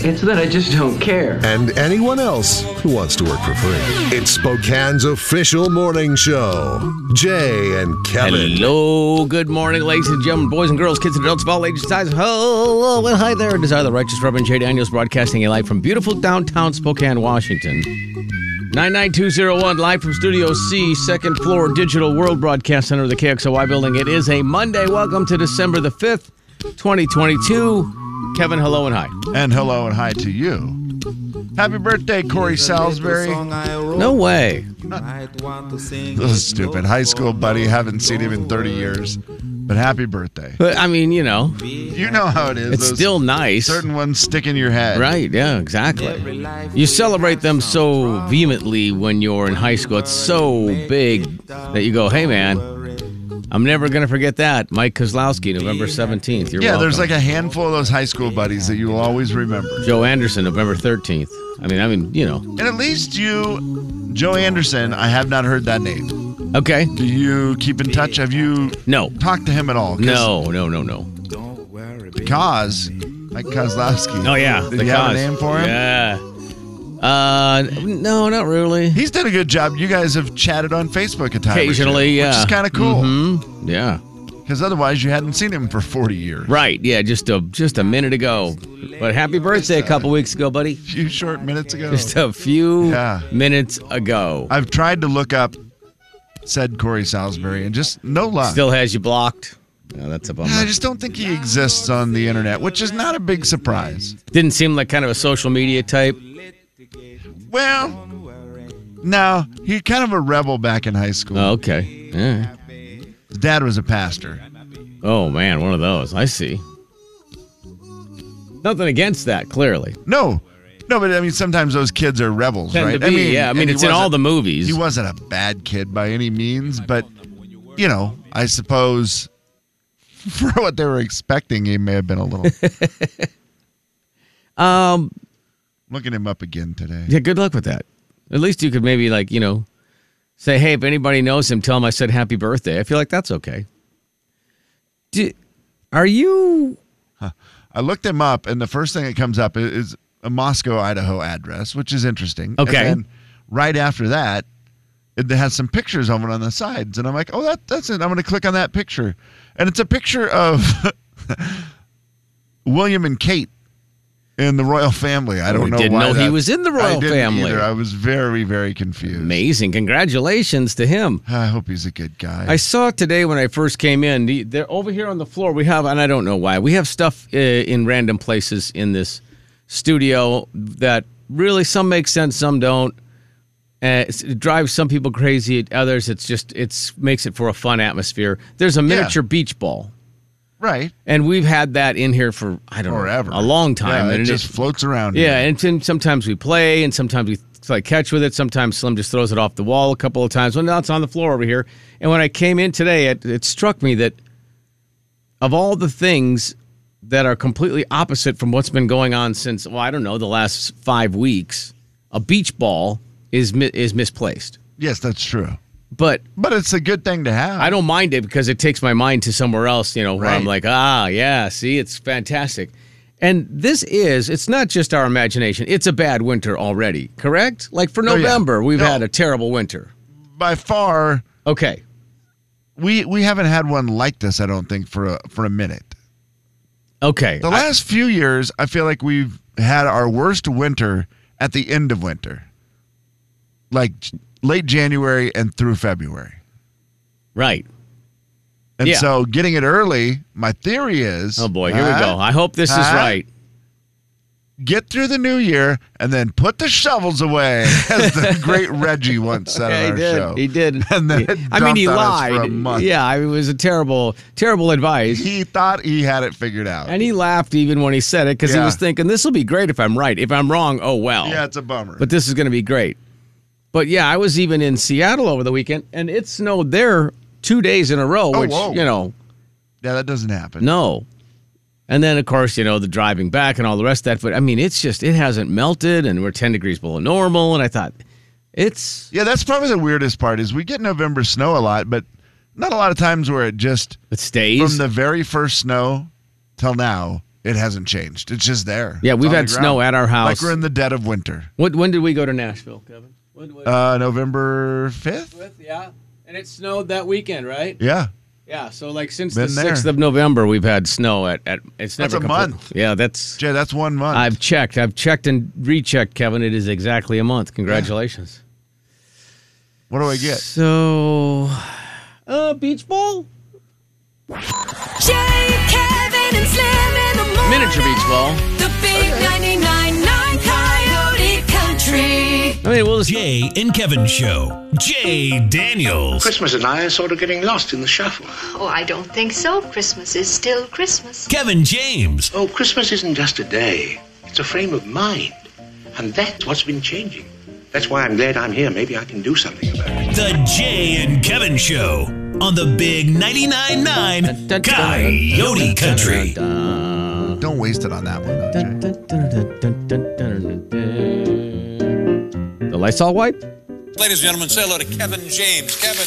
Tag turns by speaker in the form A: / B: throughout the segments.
A: It's that I just don't care.
B: and anyone else who wants to work for free. It's Spokane's official morning show. Jay and Kevin.
C: Hello, good morning, ladies and gentlemen, boys and girls, kids and adults of all ages and sizes. Hello, and hi there. Desire the Righteous Reverend Jay Daniels broadcasting a live from beautiful downtown Spokane, Washington. 99201, live from Studio C, second floor, Digital World Broadcast Center of the KXOY building. It is a Monday. Welcome to December the 5th, 2022. Kevin, hello and hi.
D: And hello and hi to you. Happy birthday, Corey Salisbury.
C: No way.
D: This is stupid. High school buddy. Haven't seen him in 30 years. But happy birthday.
C: But, I mean, you know,
D: You know how it is.
C: it's
D: Those
C: still nice.
D: certain ones stick in your head.
C: Right, yeah, exactly. You celebrate them so vehemently when you're in high school. It's so big that you go, hey, man, I'm never going to forget that. Mike Kozlowski, November 17th. You're
D: Yeah, there's like
C: welcome.
D: a handful of those high school buddies that you will always remember.
C: Joe Anderson, November 13th. I mean, I mean, you know.
D: And at least you, Joe Anderson, I have not heard that name.
C: Okay.
D: Do you keep in touch? Have you
C: No.
D: talked to him at all? 'Cause-
C: No, no, no, no.
D: Because, like Kozlowski.
C: Oh, yeah.
D: Did
C: the
D: you have a
C: cause.
D: name for him?
C: Yeah. Uh, no, not really.
D: He's done a good job. You guys have chatted on Facebook a time. or two,
C: Occasionally, yeah.
D: Which is kind of cool.
C: hmm Yeah.
D: Because otherwise, you hadn't seen him for 40 years.
C: Right. Yeah. Just a just a minute ago. But happy birthday a couple weeks ago, buddy.
D: A few short minutes ago.
C: Just a few
D: Yeah.
C: minutes ago.
D: I've tried to look up said Corey Salisbury and just no luck.
C: Still has you blocked. No, that's a bummer.
D: I just don't think he exists on the internet, which is not a big surprise.
C: Didn't seem like kind of a social media type.
D: Well, no, he kind of a rebel back in high school.
C: Oh, okay. Yeah.
D: His dad was a pastor.
C: Oh man, one of those. I see. Nothing against that, clearly.
D: No, no, but I mean, sometimes those kids are rebels,
C: Tend
D: right?
C: to be, yeah. I mean,
D: and he
C: it's in all
D: wasn't-
C: the movies.
D: He wasn't a bad kid by any means, but you know, I suppose for what they were expecting, he may have been a little.
C: Um.
D: looking him up again today.
C: Yeah. Good luck with that. At least you could maybe like you know, say hey if anybody knows him, tell him I said happy birthday. I feel like that's okay. Do, are you
D: I looked him up, and the first thing that comes up is, is a Moscow, Idaho address, which is interesting. And
C: Okay.
D: then right after that, it has some pictures of it on the sides, and I'm like, oh, that that's it. I'm going to click on that picture, and it's a picture of William and Kate. In the royal family, I don't
C: we
D: know
C: didn't
D: why
C: know he
D: that-
C: was in the
D: I
C: royal
D: didn't
C: family.
D: either. I was very, very confused.
C: amazing? Congratulations to him.
D: I hope he's a good guy.
C: I saw it today when I first came in. The, they're over here on the floor. We have, and I don't know why, we have stuff uh, in random places in this studio that really some make sense, some don't. Uh, it's- it drives some people crazy. At others, it's just it's makes it for a fun atmosphere. There's a miniature beach ball,
D: right.
C: and we've had that in here for I don't
D: Forever.
C: know a long time. and
D: Yeah, it
C: it-
D: just floats around.
C: yeah, and then sometimes we play, and sometimes we like catch with it. Sometimes Slim just throws it off the wall a couple of times. Well, now it's on the floor over here. And when I came in today, it, it struck me that of all the things that are completely opposite from what's been going on since, well, I don't know, the last five weeks, a beach ball is mi- is misplaced.
D: Yes, that's true.
C: But
D: But it's a good thing to have.
C: I don't mind it because it takes my mind to somewhere else, you know, where I'm like,
D: Right.
C: ah, yeah, see, it's fantastic. And this is, it's not just our imagination. It's a bad winter already, correct? Like for
D: Oh, yeah.
C: November, we've
D: No.
C: had a terrible winter.
D: by far
C: Okay.
D: we we haven't had one like this. I don't think for a for a minute.
C: Okay.
D: The last few years, I feel like we've had our worst winter at the end of winter, like j- late January and through February.
C: right.
D: And
C: Yeah.
D: so getting it early, my theory is.
C: Oh, boy. Here we
D: Huh?
C: go. I hope this is
D: Huh?
C: right.
D: Get through the new year and then put the shovels away, as the great Reggie once said
C: Yeah,
D: on
C: he
D: our
C: did.
D: show.
C: He did.
D: And then
C: He-
D: it
C: I mean, he
D: dumped on us
C: lied.
D: for a month.
C: Yeah, I mean, it was a terrible, terrible advice.
D: He thought he had it figured out.
C: and he laughed even when he said it because he
D: Yeah.
C: was thinking, this will be great if I'm right. If I'm wrong, oh well.
D: yeah, it's a bummer.
C: but this is going to be great. But yeah, I was even in Seattle over the weekend and it snowed there two days in a row,
D: Oh,
C: which,
D: whoa.
C: you know,
D: yeah, that doesn't happen.
C: no. And then, of course, you know, the driving back and all the rest of that. But I mean, it's just, it hasn't melted and we're 10 degrees below normal. And I thought, it's,
D: Yeah, that's probably the weirdest part is we get November snow a lot, but not a lot of times where it just
C: it stays.
D: from the very first snow till now it hasn't changed. It's just there.
C: Yeah,
D: It's
C: we've
D: on the
C: had snow at
D: ground.
C: our house.
D: Like we're in the dead of winter.
C: What, when did we go to Nashville, Kevin? When, when,
D: Uh, November fifth.
C: yeah. And it snowed that weekend, right?
D: Yeah,
C: Yeah. So, like, since
D: Been
C: the
D: there.
C: 6th of November, we've had snow at, at it's
D: That's
C: never
D: a
C: complete-
D: month.
C: Yeah, that's,
D: Jay, that's one month.
C: I've checked. I've checked and rechecked, Kevin. It is exactly a month. Congratulations.
D: what do I get?
C: So, uh, Beach Ball?
E: Jay, Kevin, and Slim in the morning.
C: Miniature Beach Ball.
E: The big 99.9 Coyote Country.
C: I mean, we'll just.
F: Jay and Kevin Show. Jay Daniels.
G: Christmas and I are sort of getting lost in the shuffle.
H: Oh, I don't think so. Christmas is still Christmas.
F: Kevin James.
G: Oh, Christmas isn't just a day, it's a frame of mind. And that's what's been changing. That's why I'm glad I'm here. Maybe I can do something about it.
F: The Jay and Kevin Show on the big 99.9 Coyote Country.
D: Don't waste it on that one. though, Jay.
C: The Lysol wipe?
F: Ladies and gentlemen, say hello to Kevin James. Kevin.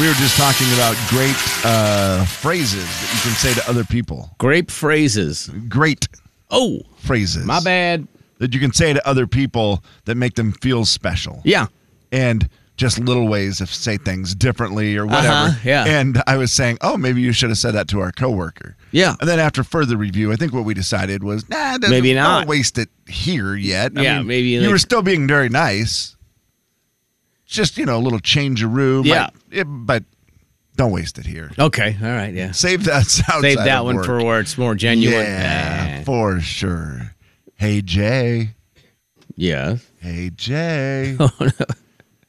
D: We were just talking about great uh, phrases that you can say to other people.
C: Grape phrases.
D: Great
C: Oh,
D: phrases.
C: my bad.
D: That you can say to other people that make them feel special.
C: Yeah.
D: and just little ways of say things differently or whatever.
C: Uh-huh, yeah.
D: And I was saying, oh, maybe you should have said that to our coworker.
C: Yeah.
D: And then after further review, I think what we decided was, nah, doesn't-
C: Maybe not.
D: Don't waste it here yet.
C: Yeah, maybe
D: you
C: like-
D: were still being very nice. Just you know, a little change of room.
C: Yeah.
D: Might- it- but don't waste it here.
C: Okay. All right. Yeah.
D: Save that outside
C: Save that
D: of
C: one
D: work.
C: for where it's more genuine.
D: Yeah,
C: Eh.
D: for sure. Hey Jay.
C: Yeah.
D: Hey Jay.
C: Oh,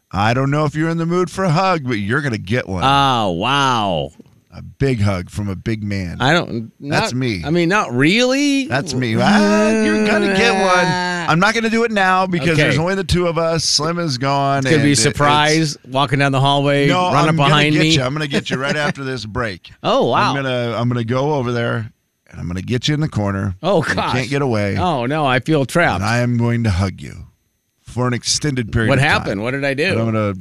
D: I don't know if you're in the mood for a hug, but you're gonna get one.
C: Oh, wow.
D: a big hug from a big man.
C: I don't. Not,
D: That's me.
C: I mean, not really.
D: That's me. Ah, you're gonna get one. I'm not gonna do it now because
C: Okay.
D: there's only the two of us. Slim is gone.
C: It's gonna be a
D: and it-
C: surprise walking down the hallway,
D: it's- No,
C: run
D: I'm
C: up
D: gonna
C: behind
D: get
C: me.
D: You. I'm gonna get you right after this break.
C: Oh wow!
D: I'm gonna I'm gonna go over there and I'm gonna get you in the corner.
C: oh
D: You
C: gosh!
D: can't get away.
C: Oh no, I feel
D: And
C: trapped.
D: I am going to hug you for an extended period.
C: what
D: of time.
C: happened? What did I do?
D: And I'm gonna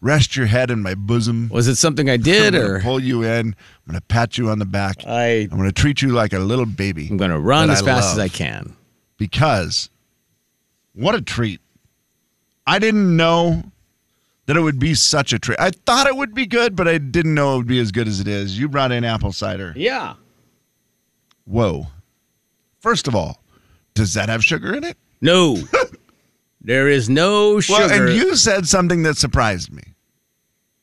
D: rest your head in my bosom.
C: was it something I did,
D: I'm gonna
C: or
D: pull you in. I'm gonna pat you on the back.
C: I?
D: I'm gonna treat you like a little baby.
C: I'm gonna run
D: that
C: as
D: I
C: fast as
D: love.
C: I can.
D: because what a treat. I didn't know that it would be such a treat. I thought it would be good, but I didn't know it would be as good as it is. You brought in apple cider.
C: Yeah.
D: Whoa. First of all, does that have sugar in it?
C: No. there is no sugar.
D: Well, and you said something that surprised me.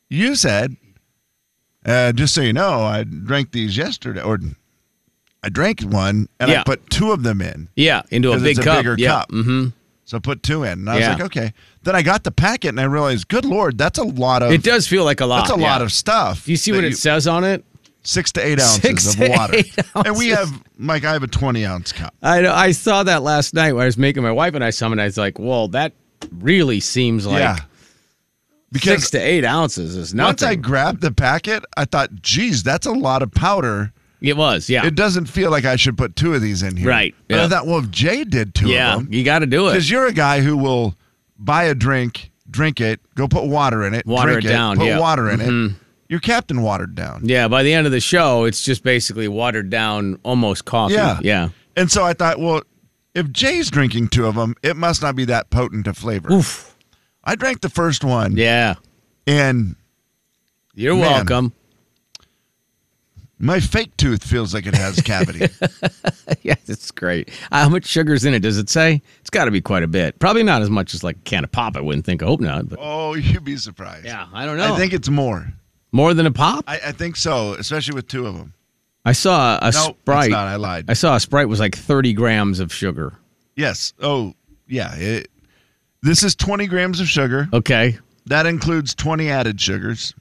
D: You said, uh, just so you know, I drank these yesterday, or I drank one and
C: Yeah.
D: I put two of them in.
C: yeah, into a
D: 'Cause
C: big
D: it's a
C: cup.
D: bigger
C: yeah.
D: cup.
C: Mm-hmm.
D: So I put two in. And
C: Yeah.
D: I was like, okay. Then I got the packet and I realized, good Lord, that's a lot of
C: It does feel like a lot.
D: that's a
C: yeah.
D: lot of stuff.
C: Do you see
D: that
C: what it says on it?
D: Six to eight ounces
C: Six
D: of
C: to
D: water.
C: eight
D: And we
C: ounces.
D: have Mike, I have a twenty ounce cup.
C: I know- I saw that last night when I was making my wife and I some, and I was like, "Well, that really seems like
D: yeah. Because
C: six to eight ounces is nothing."
D: once I grabbed the packet, I thought, geez, that's a lot of powder.
C: it was, yeah,
D: It doesn't feel like I should put two of these in here.
C: Right,
D: But
C: yeah.
D: I thought, well, if Jay did two
C: yeah.
D: of them,
C: You got to do it.
D: because you're a guy who will buy a drink, drink it, go put water in it,
C: Water
D: drink
C: it down,
D: put
C: yeah. Mm-hmm.
D: water in it. You're Captain Watered Down.
C: Yeah, by the end of the show, it's just basically watered down, almost coffee.
D: Yeah.
C: yeah.
D: And so I thought, well, if Jay's drinking two of them, it must not be that potent of flavor.
C: Oof.
D: I drank the first one,
C: Yeah.
D: and
C: You're
D: Man.
C: welcome.
D: my fake tooth feels like it has cavity.
C: yeah, it's great. Uh, how much sugar's in it? Does it say? It's got to be quite a bit. Probably not as much as like a can of pop. I wouldn't think. I hope not. But
D: oh, you'd be surprised.
C: yeah, Oh. I don't know.
D: I think it's more.
C: more than a pop. I,
D: I, I think so, especially with two of them.
C: saw a
D: No,
C: sprite.
D: it's not. I lied.
C: I saw a sprite was like 30 grams of sugar.
D: Yes. Oh, yeah. It, this is 20 grams of sugar.
C: Okay.
D: That includes 20 added sugars,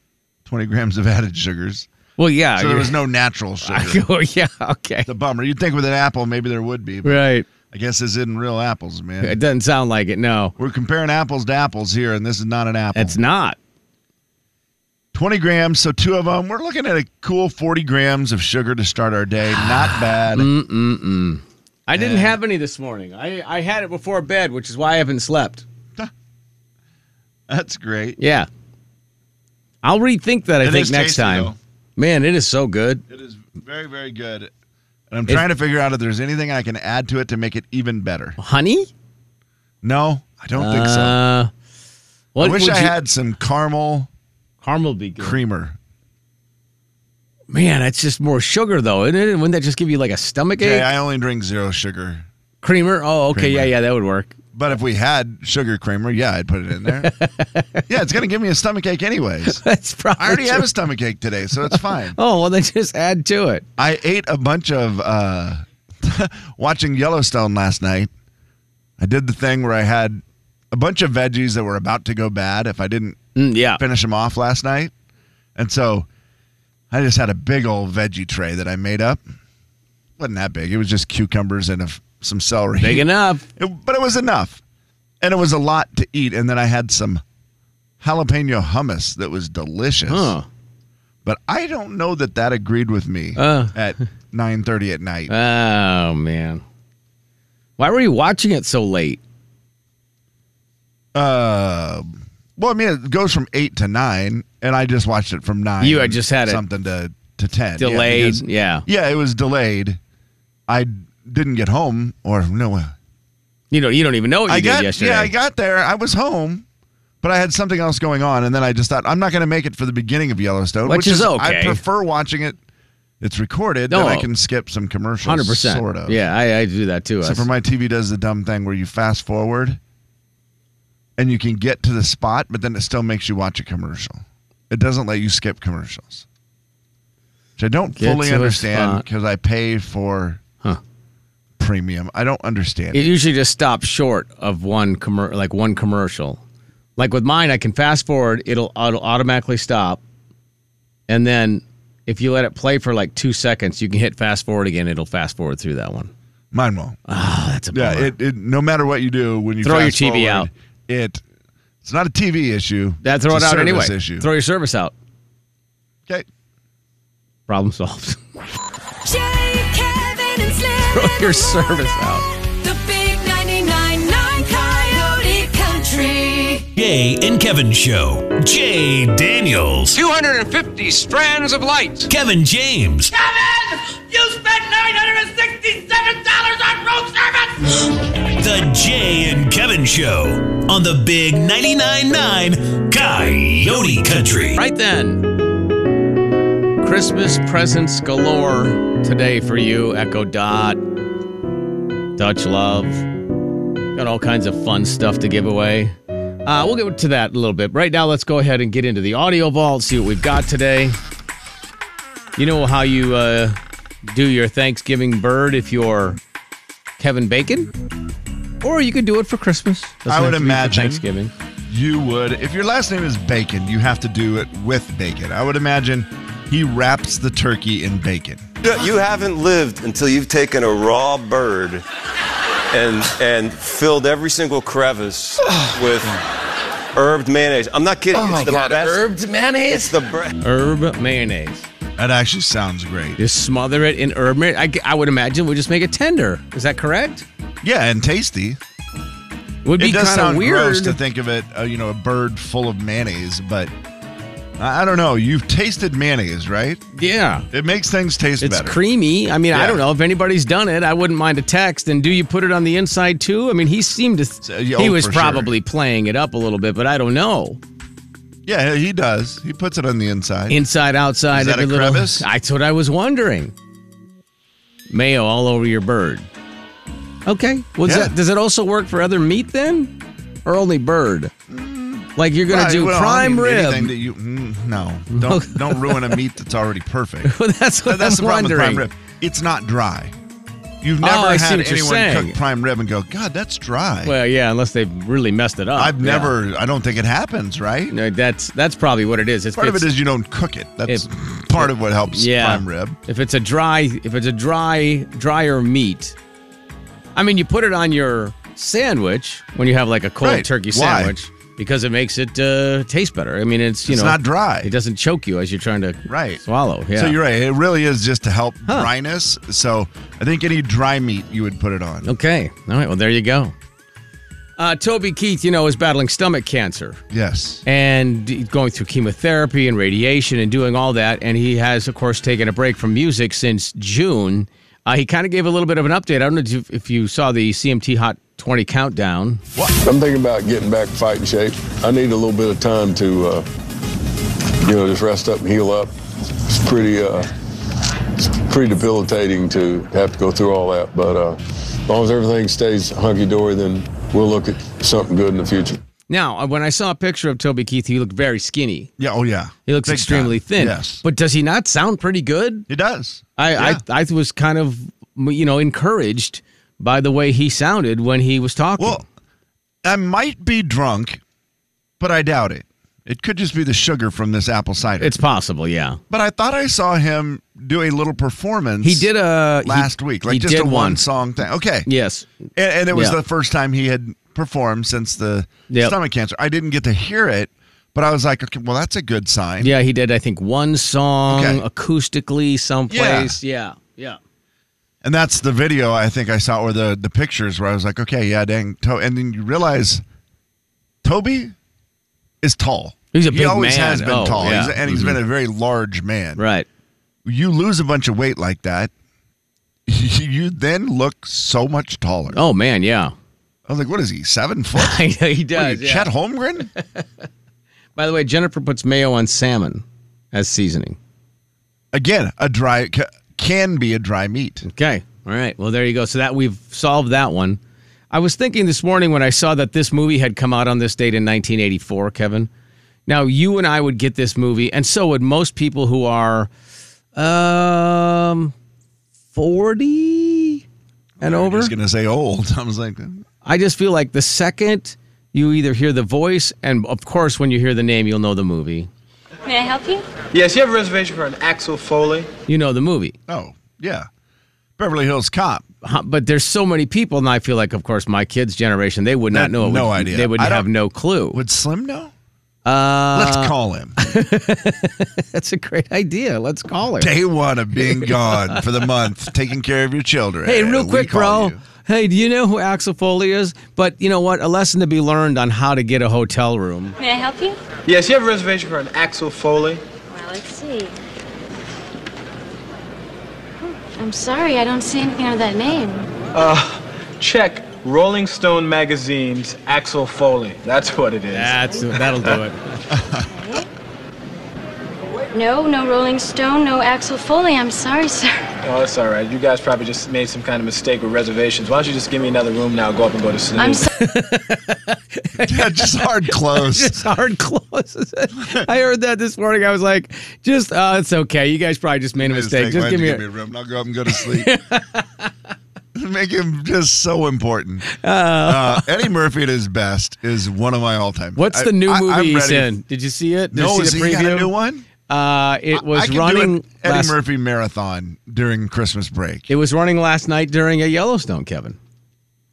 D: 20 grams of added sugars.
C: Well, yeah.
D: So there was no natural sugar.
C: oh, yeah. Okay.
D: It's a bummer. You'd think with an apple, maybe there would be. But
C: Right.
D: I guess this isn't real apples, man.
C: It doesn't sound like it. No,
D: We're comparing apples to apples here, and this is not an apple.
C: it's not.
D: 20 grams, so two of them. We're looking at a cool 40 grams of sugar to start our day. Not bad.
C: Mm. I didn't have any this morning. I, I had it before bed, which is why I haven't slept.
D: That's great.
C: Yeah. I'll rethink that, I
D: It
C: think,
D: is
C: next
D: tasty,
C: time.
D: though.
C: Man, it is so good.
D: It is very, very good. And I'm trying to figure out if there's anything I can add to it to make it even better.
C: Honey?
D: No, I don't think so.
C: Uh, what
D: I wish
C: would
D: I
C: you-
D: had some caramel
C: caramel would be good.
D: creamer.
C: Man, that's just more sugar, though, isn't it? Wouldn't that just give you like a stomach ache?
D: Okay, I only drink zero sugar.
C: creamer? Oh, okay. Yeah,
D: Creamer.
C: yeah, that would work.
D: But if we had sugar creamer, yeah, I'd put it in there. yeah, it's gonna give me a stomach ache anyways.
C: That's probably.
D: I already
C: true.
D: have a stomach ache today, so it's fine.
C: Oh, well, then just add to it.
D: I ate a bunch of uh, watching Yellowstone last night. I did the thing where I had a bunch of veggies that were about to go bad if I didn't
C: Mm, yeah.
D: finish them off last night. And so I just had a big old veggie tray that I made up. Wasn't that big. It was just cucumbers and a f some celery.
C: Big enough.
D: It- but it was enough. And it was a lot to eat. And then I had some jalapeno hummus that was delicious.
C: Huh.
D: But I don't know that that agreed with me
C: Uh.
D: at 9.30 at night.
C: Oh, man. Why were you watching it so late?
D: Uh, well, I mean, it goes from 8 to 9, and I just watched it from 9.
C: You had just had it
D: Something to, to 10. Yeah,
C: Delayed?
D: because-
C: yeah.
D: Yeah, it was delayed. I didn't get home, or no, uh,
C: You know, you don't even know what you
D: I
C: did
D: got
C: yesterday.
D: yeah, I got there. I was home, but I had something else going on, and then I just thought I'm not going to make it for the beginning of Yellowstone,
C: Which
D: which,
C: is okay.
D: I prefer watching it. It's recorded,
C: No.
D: then I can skip some commercials.
C: Hundred percent.
D: sort of.
C: Yeah, I, I do that too.
D: Except for my TV does the dumb thing where you fast forward, and you can get to the spot, but then it still makes you watch a commercial. It doesn't let you skip commercials, which I don't
C: Get
D: fully
C: to a
D: understand
C: spot.
D: because I pay for
C: Huh.
D: premium. I don't understand.
C: it usually just stops short of one commer- like one commercial. Like with mine, I can fast forward; it'll, it'll automatically stop, and then if you let it play for like two seconds, you can hit fast forward again. It'll fast forward through that one.
D: Mine won't.
C: Oh, that's a
D: Yeah,
C: bummer.
D: it, it no matter what you do when you
C: Throw your
D: fast
C: TV out.
D: forward, It it's not a TV issue.
C: that throw
D: it's
C: it
D: a
C: out
D: service
C: anyway.
D: Issue.
C: Throw your service out.
D: okay.
C: Problem solved.
E: Jay, Kevin, and Slim.
C: Throw
E: in
C: your
E: the
C: service
E: morning.
C: out.
E: The big 99.9 Coyote Country.
F: Jay and Kevin Show. Jay Daniels.
I: 250 strands of light.
F: Kevin James.
I: Kevin, you spent $967 on road service.
F: The Jay and Kevin Show on the Big 99.9 Coyote Country.
C: Right then. Christmas presents galore today for you. Echo Dot, Dutch Love. Got all kinds of fun stuff to give away. Uh, we'll get to that in a little bit. Right now, let's go ahead and get into the audio vault, see what we've got today. You know how you uh, do your Thanksgiving bird if you're Kevin Bacon? Or you could do it for Christmas. Doesn't
D: I would
C: have to be for
D: imagine.
C: Thanksgiving.
D: You would if your last name is Bacon, you have to do it with bacon. I would imagine he wraps the turkey in bacon.
J: You haven't lived until you've taken a raw bird and and filled every single crevice with herbed mayonnaise. I'm not kidding. Oh my it's the God, best. herbed mayonnaise? It's the bre-
C: Herb mayonnaise.
D: That actually sounds great.
C: Just smother it in herb. marinade. I, g- I would imagine we just make it tender. Is that correct?
D: Yeah, and tasty.
C: Would be
D: it does
C: kind of
D: sound
C: weird.
D: gross to think of it, uh, you know, a bird full of mayonnaise, but I, I don't know. You've tasted mayonnaise, right?
C: yeah,
D: It makes things taste
C: it's
D: better.
C: creamy. I mean, I
D: Yeah.
C: don't know if anybody's done it. I wouldn't mind a text. And do you put it on the inside too? I mean, he seemed to.
D: So, yeah,
C: he
D: oh,
C: was
D: for sure.
C: probably playing it up a little bit, but I don't know.
D: yeah, he does. He puts it on the inside.
C: Inside, outside,
D: Is that
C: every
D: a
C: little.
D: crevice?
C: That's what I was wondering. Mayo all over your bird. Okay. Well, does,
D: Yeah.
C: that, does it also work for other meat then, or only bird? Like you're gonna
D: Mm. Right,
C: do
D: well, I
C: prime
D: mean,
C: rib.
D: anything That you, mm, no, don't don't ruin a meat that's already perfect.
C: Well, that's what
D: That- that's
C: I'm
D: the problem
C: wondering.
D: with prime rib. It's not dry. You've
C: Oh,
D: never
C: I see
D: had
C: what you're
D: anyone
C: saying.
D: cook prime rib and go, God, that's dry.
C: Well, yeah, unless they've really messed it up.
D: I've never- I don't think it happens, right?
C: No, that's that's probably what it is. It's,
D: part of it
C: it's-
D: is you don't cook it. That's
C: If-
D: part of what helps
C: yeah.
D: prime rib.
C: If it's a dry, if it's a dry, drier meat, I mean, you put it on your sandwich when you have like a cold
D: Right.
C: turkey
D: Why?
C: sandwich because it makes it uh, taste better. I mean, it's you
D: It's
C: know
D: not dry.
C: It doesn't choke you as you're trying to
D: Right.
C: swallow. Yeah.
D: So you're right. It really is just to help dryness. So I think any dry meat you would put it on.
C: Okay. All right. Well, there you go. Uh, Toby Keith, you know, is battling stomach cancer.
D: Yes.
C: And going through chemotherapy and radiation and doing all that. And he has, of course, taken a break from music since June. Uh, he kind of gave a little bit of an update. I don't know if you, if you saw the CMT Hot 20 countdown.
K: I'm thinking about getting back fighting shape. I need a little bit of time to, uh, you know, just rest up and heal up. It's pretty, uh, it's pretty debilitating to have to go through all that. But uh, as long as everything stays hunky dory, then we'll look at something good in the future.
C: Now, uh, when I saw a picture of Toby Keith, he looked very skinny.
D: Yeah. Oh, yeah.
C: He looks
D: Big
C: extremely
D: time.
C: thin.
D: Yes.
C: But does he not sound pretty good?
D: He does.
C: I,
D: Yeah.
C: I, I was kind of, you know, encouraged by the way he sounded when he was talking.
D: Well, I might be drunk, but I doubt it. It could just be the sugar from this apple cider.
C: It's possible, yeah.
D: But I thought I saw him do a little performance.
C: He did a
D: last week, like just a one, song thing. Okay.
C: Yes,
D: and, and it was
C: Yeah.
D: the first time he had performed since the
C: Yep.
D: stomach cancer. I didn't get to hear it, but I was like, okay, well, that's a good sign.
C: Yeah, he did. I think one song
D: Okay.
C: acoustically someplace. Yeah. yeah,
D: And that's the video I think I saw, or the the pictures where I was like, okay, yeah, dang. To-. And then you realize Toby is tall.
C: He's a
D: He
C: big
D: always
C: man.
D: has been
C: Oh,
D: tall,
C: yeah.
D: He's- and he's been a very large man.
C: Right.
D: You lose a bunch of weight like that, you then look so much taller.
C: Oh man, yeah.
D: I was like, what is he? Seven foot?
C: he
D: What are you,
C: does. yeah.
D: Chet Holmgren?
C: By the way, Jennifer puts mayo on salmon as seasoning.
D: Again, a dry ca- can be a dry meat.
C: Okay. All right. Well, there you go. So that we've solved that one. I was thinking this morning when I saw that this movie had come out on this date in 1984, Kevin. Now, you and I would get this movie, and so would most people who are um 40 and over. I was
D: going to say old. I was like
C: I just feel like the second you either hear the voice and of course when you hear the name, you'll know the movie.
L: May I help you?
M: Yes, you have a reservation for an Axel Foley.
C: You know the movie.
D: Oh, yeah. Beverly Hills Cop.
C: Huh, But there's so many people, and I feel like, of course, my kids' generation, they would not
D: No-
C: know. It
D: no
C: would,
D: idea.
C: They would
D: I don't-
C: have no clue.
D: Would Slim know?
C: Uh,
D: Let's call him.
C: That's a great idea. Let's call her.
D: Day one of being gone for the month, taking care of your children.
C: Hey, real
D: We
C: quick,
D: call
C: bro.
D: you.
C: Hey, do you know who Axel Foley is? But you know what? A lesson to be learned on how to get a hotel room.
L: May I help you?
M: Yes, you have a reservation for an Axel Foley.
L: Well, let's see. Hmm, I'm sorry, I don't see anything under that name.
M: Uh, check Rolling Stone magazine's Axel Foley. That's what it is.
C: That's that'll do it.
L: No, no Rolling Stone, no Axel Foley. I'm sorry, sir.
M: oh, that's all right. You guys probably just made some kind of mistake with reservations. Why don't you just give me another room now? Go up and go to sleep.
L: I'm so-
D: yeah, just hard close.
C: just hard close. I heard that this morning. I was like, just, uh, it's okay. You guys probably just made a mistake. Just give me
D: a
C: a.
D: room. and I'll go up and go to sleep. Make him just so important.
C: Oh.
D: Uh, Eddie Murphy at his best is one of my all time.
C: What's the new movie he's in? Did you see it? Did
D: No,
C: you
D: is
C: see the
D: he
C: preview?
D: got a new one?
C: Uh, it was
D: I can
C: running.
D: do an Eddie
C: last-
D: Murphy marathon during Christmas break.
C: It was running last night during a Yellowstone, Kevin.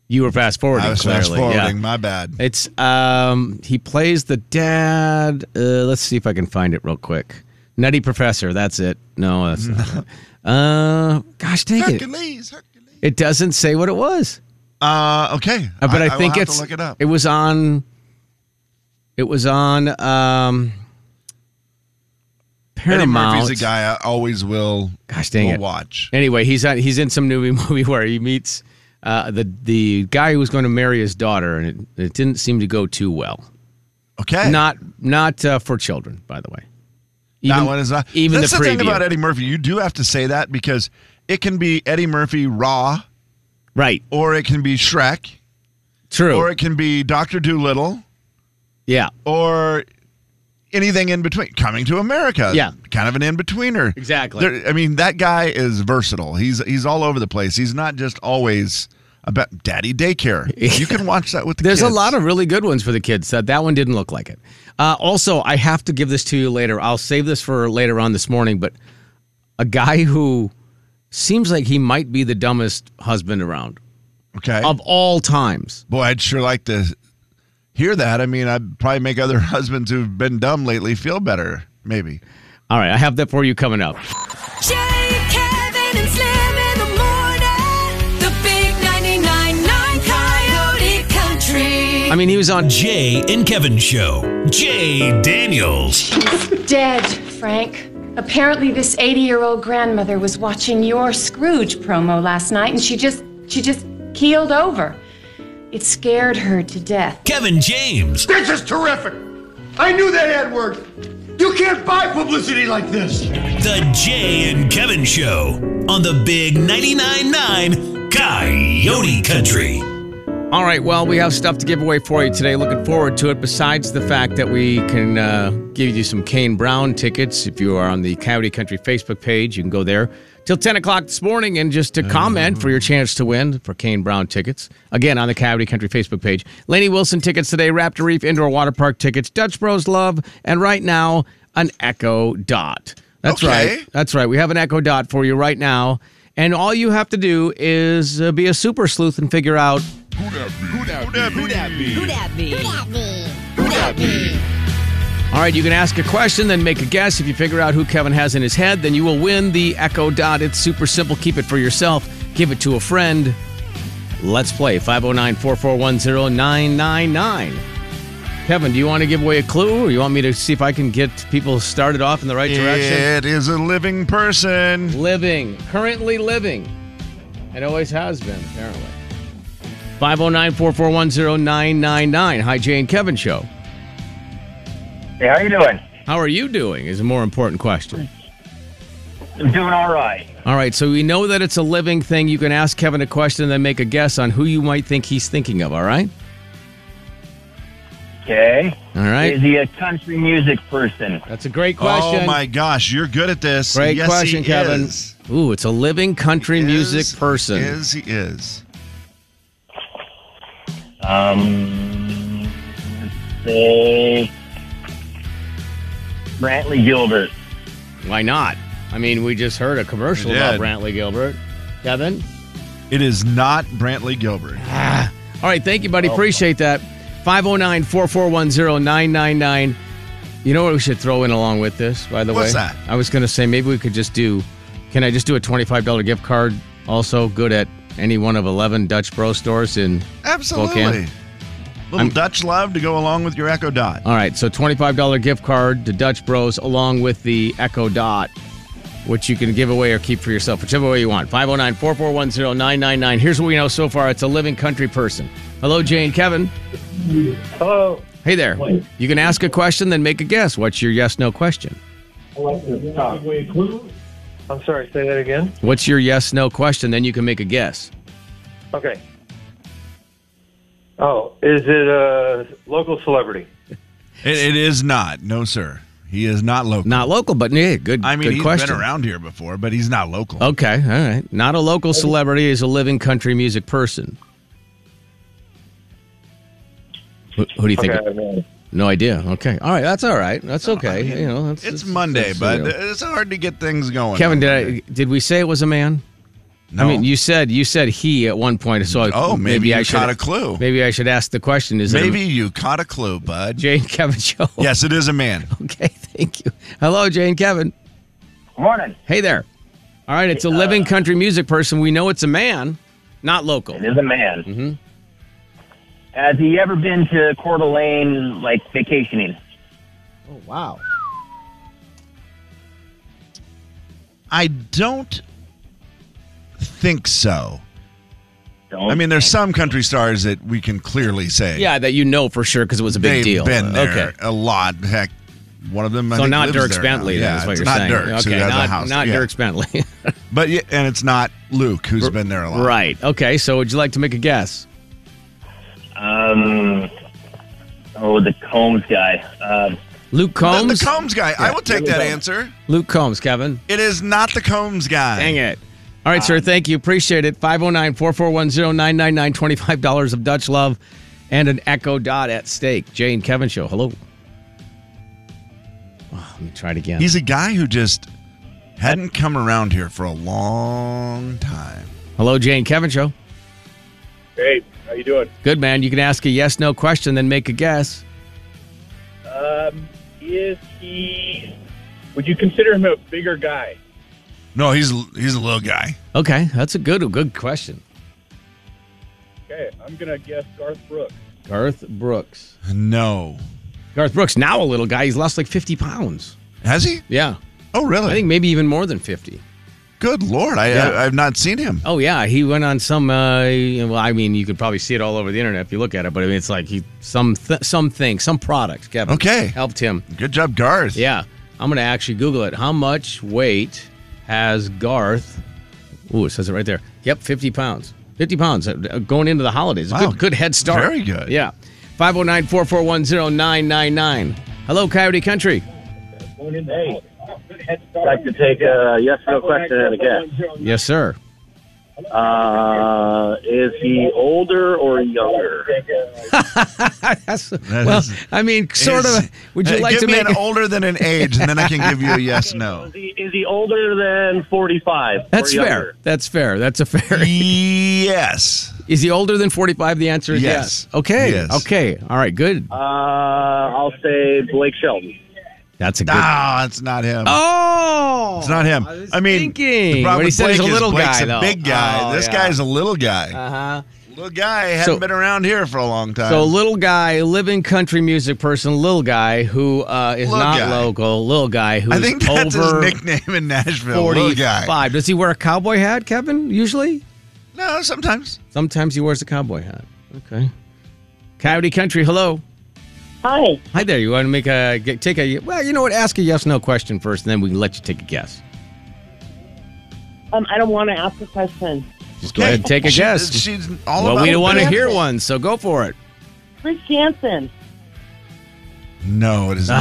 C: You were fast forwarding.
D: I was
C: clearly.
D: fast-forwarding,
C: yeah.
D: my bad.
C: It's um he plays the dad. Uh, let's see if I can find it real quick. Nutty Professor, that's it. No, that's not it. Uh, gosh, dang it!
D: Hercules, Hercules.
C: It doesn't say what it was.
D: Uh, okay,
C: Uh, but I,
D: will
C: think
D: have
C: it's
D: to look it up.
C: was on. It was on um, Paramount.
D: Eddie Murphy's a guy I always will.
C: Gosh dang
D: will
C: it!
D: Watch.
C: Anyway, he's on, he's in some movie movie where he meets uh, the the guy who was going to marry his daughter, and it, it didn't seem to go too well.
D: Okay.
C: Not not uh, for children, by the way.
D: that one is not.
C: even
D: That's
C: the
D: the, thing
C: preview.
D: about Eddie Murphy. You do have to say that because it can be Eddie Murphy raw,
C: right?
D: Or it can be Shrek,
C: True.
D: Or it can be Doctor Doolittle,
C: yeah.
D: or anything in between. Coming to America,
C: Yeah.
D: kind of an in betweener.
C: Exactly.
D: There- I mean, that guy is versatile. He's he's all over the place. He's not just always about daddy daycare. You can watch that with the
C: There's
D: kids.
C: a lot of really good ones for the kids. That that one didn't look like it. Uh, also, I have to give this to you later. I'll save this for later on this morning. But a guy who seems like he might be the dumbest husband around.
D: Okay.
C: Of all times.
D: Boy, I'd sure like to hear that. I mean, I'd probably make other husbands who've been dumb lately feel better. Maybe.
C: All right, I have that for you coming up.
E: Jay, Kevin, and Slim in the morning. The big 99.9 Coyote Country.
C: I mean, he was on
F: Jay and Kevin show. Jay Daniels.
N: Dead, Frank. Apparently, this 80-year-old grandmother was watching your Scrooge promo last night, and she just she just keeled over. It scared her to death.
F: Kevin James.
O: This is terrific. I knew that ad worked. You can't buy publicity like this.
F: The Jay and Kevin show on the big 99.9 Coyote Country.
C: All right, well, we have stuff to give away for you today. Looking forward to it, besides the fact that we can uh, give you some Kane Brown tickets. If you are on the Coyote Country Facebook page, you can go there till 10 o'clock this morning and just to comment for your chance to win for Kane Brown tickets. Again, on the Coyote Country Facebook page. Laney Wilson tickets today, Raptor Reef Indoor Water Park tickets, Dutch Bros Love, and right now, an Echo Dot. That's
D: Okay.
C: right. That's right. We have an Echo Dot for you right now. And all you have to do is uh, be a super sleuth and figure out
D: Who that be?
I: Who that be? Who that be?
C: All right, you can ask a question, then make a guess. If you figure out who Kevin has in his head, then you will win the Echo Dot. It's super simple. Keep it for yourself, give it to a friend. Let's play 509 441 999. Kevin, do you want to give away a clue or you want me to see if I can get people started off in the right direction?
D: It is a living person.
C: Living. Currently living. It always has been, apparently. 509 441 999. Hi, Jay and Kevin Show.
P: Hey, how you doing?
C: How are you doing is a more important question.
P: I'm doing all right.
C: All right, so we know that it's a living thing. You can ask Kevin a question and then make a guess on who you might think he's thinking of, all right?
P: Okay.
C: All right.
P: Is he a country music person?
C: That's a great
D: Oh my gosh, you're good at this.
C: Great
D: Yes,
C: question,
D: he
C: Kevin.
D: is.
C: Ooh, it's a living country music person.
D: Is he is?
P: Um, let's say Brantley Gilbert.
C: Why not? I mean, we just heard a commercial
D: We
C: about
D: did.
C: Brantley Gilbert. Kevin?
D: It is not Brantley Gilbert.
C: All right, thank you, buddy.
D: Oh.
C: Appreciate that. 509 441 999. You know what we should throw in along with this, by the
D: What's
C: way?
D: that?
C: I was going to say maybe we could just do can I just do a $25 gift card also good at any one of 11 Dutch Bro stores in
D: Absolutely.
C: Spokane?
D: Little
C: I'm-
D: Dutch love to go along with your Echo Dot.
C: All right, so $25 gift card to Dutch Bros along with the Echo Dot, which you can give away or keep for yourself, whichever way you want. 509 441 999. Here's what we know so far it's a living country person. Hello, Jane Kevin.
P: Hello.
C: Hey there. You can ask a question, then make a guess. What's your yes no question?
P: I'm sorry. Say that again.
C: What's your yes no question? Then you can make a guess.
P: Okay. Oh, is it a local celebrity?
D: It, it is not. No, sir. He is not local.
C: Not local, but yeah, good.
D: I mean,
C: good
D: he's
C: question. Oh,
D: been around here before, but he's not local.
C: Okay, all right. Not a local celebrity, is a living country music person. Who, who do you think? No idea. Uh, Okay. All right. That's all right. That's okay. you know, that's,
D: it's
C: that's-
D: Monday,
C: that's,
D: but
C: you know.
D: it's hard to get things going.
C: Kevin, did I, did we say it was a man?
D: No.
C: I mean, you said you said he at one point, so I,
D: Oh, maybe you
C: I should,
D: caught a clue.
C: Maybe I should ask the question: Is
D: Maybe
C: it
D: you caught a clue, bud.
C: Jane Kevin show?
D: Yes, it is a man.
C: Okay, thank you. Hello, Jane Kevin.
P: Morning.
C: Hey there. All right, it's a living country music person. We know it's a man, not local. It
P: is a man.
C: hmm
P: Has he ever been to Coeur d'Alene, like vacationing?
C: Oh wow.
D: I don't think so. I mean, there's some country stars that we can clearly say.
C: Yeah, that you know for sure because it was a big
D: They've
C: deal.
D: been there
C: Okay.
D: a lot. Heck, one of them. I
C: So
D: think,
C: not
D: lives
C: Dirks
D: there
C: Bentley,
D: now.
C: then,
D: Yeah,
C: is what
D: it's
C: you're
D: not
C: saying.
D: Dirks. who
C: Okay,
D: has
C: not-
D: a house.
C: not
D: yeah.
C: Dirks Bentley.
D: but yeah, and it's not Luke who's been there a lot.
C: Right. Okay. So would you like to make a guess?
P: Um, oh, the Combs guy. Um,
C: Luke
D: The-
C: Combs?
D: The Combs guy. I will take that answer.
C: Luke Combs, Kevin.
D: It is not the Combs guy.
C: Dang it. All right,
D: Um,
C: sir. Thank you. Appreciate it. 509 441 999 $25 of Dutch love and an Echo Dot at stake. Jay and Kevin show. Hello. Oh, let me try it again.
D: He's a guy who just hadn't come around here for a long time.
C: Hello, Jay and Kevin show.
Q: Hey, how you doing?
C: Good, man. You can ask a yes no question, then make a guess.
Q: Um, is he? Would you consider him a bigger guy?
D: No, he's he's a little guy.
C: Okay. That's a good good question.
Q: Okay, I'm gonna guess Garth Brooks.
C: Garth Brooks.
D: No.
C: Garth Brooks, now a little guy. He's lost like 50 pounds.
D: Has he?
C: Yeah.
D: Oh, really?
C: I think maybe even more than 50.
D: Good Lord, I,
C: Yeah.
D: I I've not seen him.
C: Oh yeah, he went on some. Uh, well, I mean, you could probably see it all over the internet if you look at it. But I mean, it's like he some th- something, some product. Kevin,
D: Okay.
C: helped him.
D: Good job, Garth.
C: Yeah, I'm gonna actually Google it. How much weight has Garth? Ooh, it says it right there. Yep, 50 pounds. 50 pounds uh, uh, going into the holidays. A
D: Wow.
C: Good, good head start.
D: Very good.
C: Yeah. 509-441-0999. Hello, Coyote Country.
P: Hey, I'd like to take a yes no question and a guess.
C: Yes, sir.
P: Uh, is he older or younger?
C: That's, well, I mean, sort
D: Is-
C: of. Would you
D: Hey,
C: like
D: give
C: to
D: me
C: make
D: an older than an age, and then I can give you a yes no.
P: Is he, is he older than 45?
C: That's
P: or
C: fair.
P: younger?
C: That's fair. That's a fair.
D: Yes.
C: Is he older than 45? The answer is yes.
P: Yes.
C: Okay.
P: Yes.
C: Okay. All right. Good.
P: Uh, I'll say Blake Shelton.
C: That's a good.
D: Ah, it's not him.
C: Oh,
D: It's not him.
C: I, was
D: I, mean,
C: thinking.
D: the problem
C: What he
D: with
C: said is
D: Blake
C: a little
D: Blake's
C: guy,
D: a
C: though.
D: big guy.
C: Oh,
D: this
C: yeah.
D: guy's a little guy.
C: Uh-huh.
D: Little guy. Hadn't
C: So-
D: been around here for a long time.
C: So little guy, living country music person, little guy who uh, is
D: Little
C: not
D: guy.
C: local, little guy who
D: I
C: is
D: think that's
C: over
D: his nickname in Nashville. Little guy.
C: 45. Does he wear a cowboy hat, Kevin? Usually,
D: No, sometimes.
C: sometimes he wears a cowboy hat. Okay. Coyote Country. Hello.
R: Hi.
C: Hi there. You want to make a get, take a well? You know what? Ask a yes/no question first, and then we can let you take a guess.
R: Um, I don't want to ask a question.
C: Just go ahead and take a
D: She-
C: guess.
D: she's all
C: well,
D: about
C: we don't want to
D: business.
C: hear one, so go for it.
R: Chris Jansen.
D: No, it is not.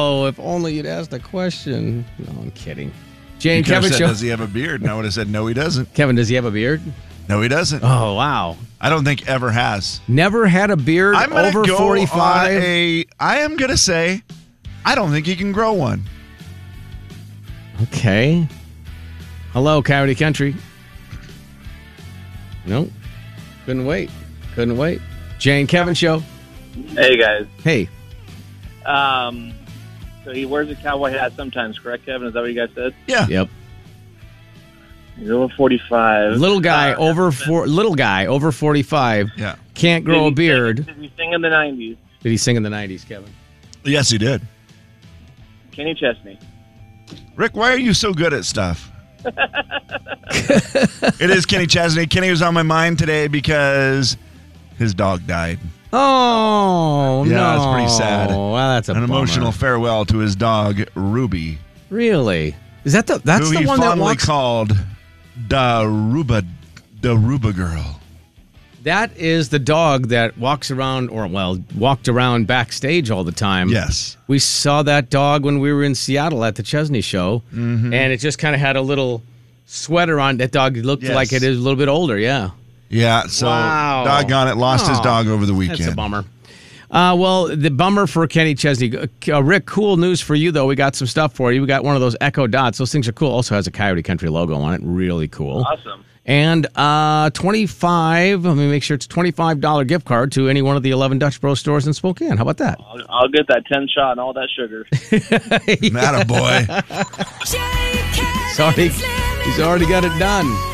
C: Oh, if only you'd asked a question. No, I'm kidding.
D: Chris.
C: Jane
D: You could've
C: Kevin
D: said,
C: show.
D: Does he have a beard? And I would have said, No, he doesn't.
C: Kevin, does he have a beard?
D: No, he doesn't.
C: Oh wow,
D: I don't think ever has.
C: never had a beard
D: I'm gonna
C: over
D: go On
C: 45.
D: a, I am gonna say, I don't think he can grow one.
C: Okay. Hello, Coyote Country. Nope. Couldn't wait. Couldn't wait. Jane Kevin show.
P: Hey, guys.
C: Hey,
P: Um, so he wears a cowboy hat sometimes, correct, Kevin? Is that what you guys said?
D: Yeah.
C: Yep.
P: He's over Uh, 45.
C: little guy over four. Little guy over 45.
D: Yeah.
C: Can't grow a
P: Did he sing-
C: beard.
P: Did he sing in the 90s?
C: Did he sing in the 90s, Kevin?
D: Yes, he did.
P: Kenny Chesney.
D: Rick, why are you so good at stuff? it is Kenny Chesney. Kenny was on my mind today because his dog died.
C: Oh,
D: yeah,
C: no.
D: it's pretty sad.
C: Well, that's a
D: an
C: bummer.
D: emotional farewell to his dog Ruby,
C: Really? Is that the that's
D: who
C: the
D: he
C: one that
D: fondly
C: walks?
D: called the Ruba, the Ruba girl.
C: that is the dog that walks around, or well, walked around backstage all the time.
D: Yes.
C: we saw that dog when we were in Seattle at the Chesney show,
D: Mhm.
C: and it just kind of had a little sweater on. That dog looked
D: Yes.
C: like it is a little bit older. Yeah.
D: Yeah, so
C: Wow.
D: doggone it, lost his
C: Aw.
D: dog over the weekend.
C: That's a bummer. Uh, well, the bummer for Kenny Chesney. Uh, Rick, cool news for you, though. We got some stuff for you. We got one of those Echo Dots. Those things are cool. Also has a Coyote Country logo on it. Really cool.
P: Awesome.
C: And uh, 25, let me make sure it's $25 gift card to any one of the 11 Dutch Bros stores in Spokane. How about that?
P: I'll, I'll get that 10 shot and all that sugar.
C: Not
D: a boy.
C: Sorry. He's already got it done.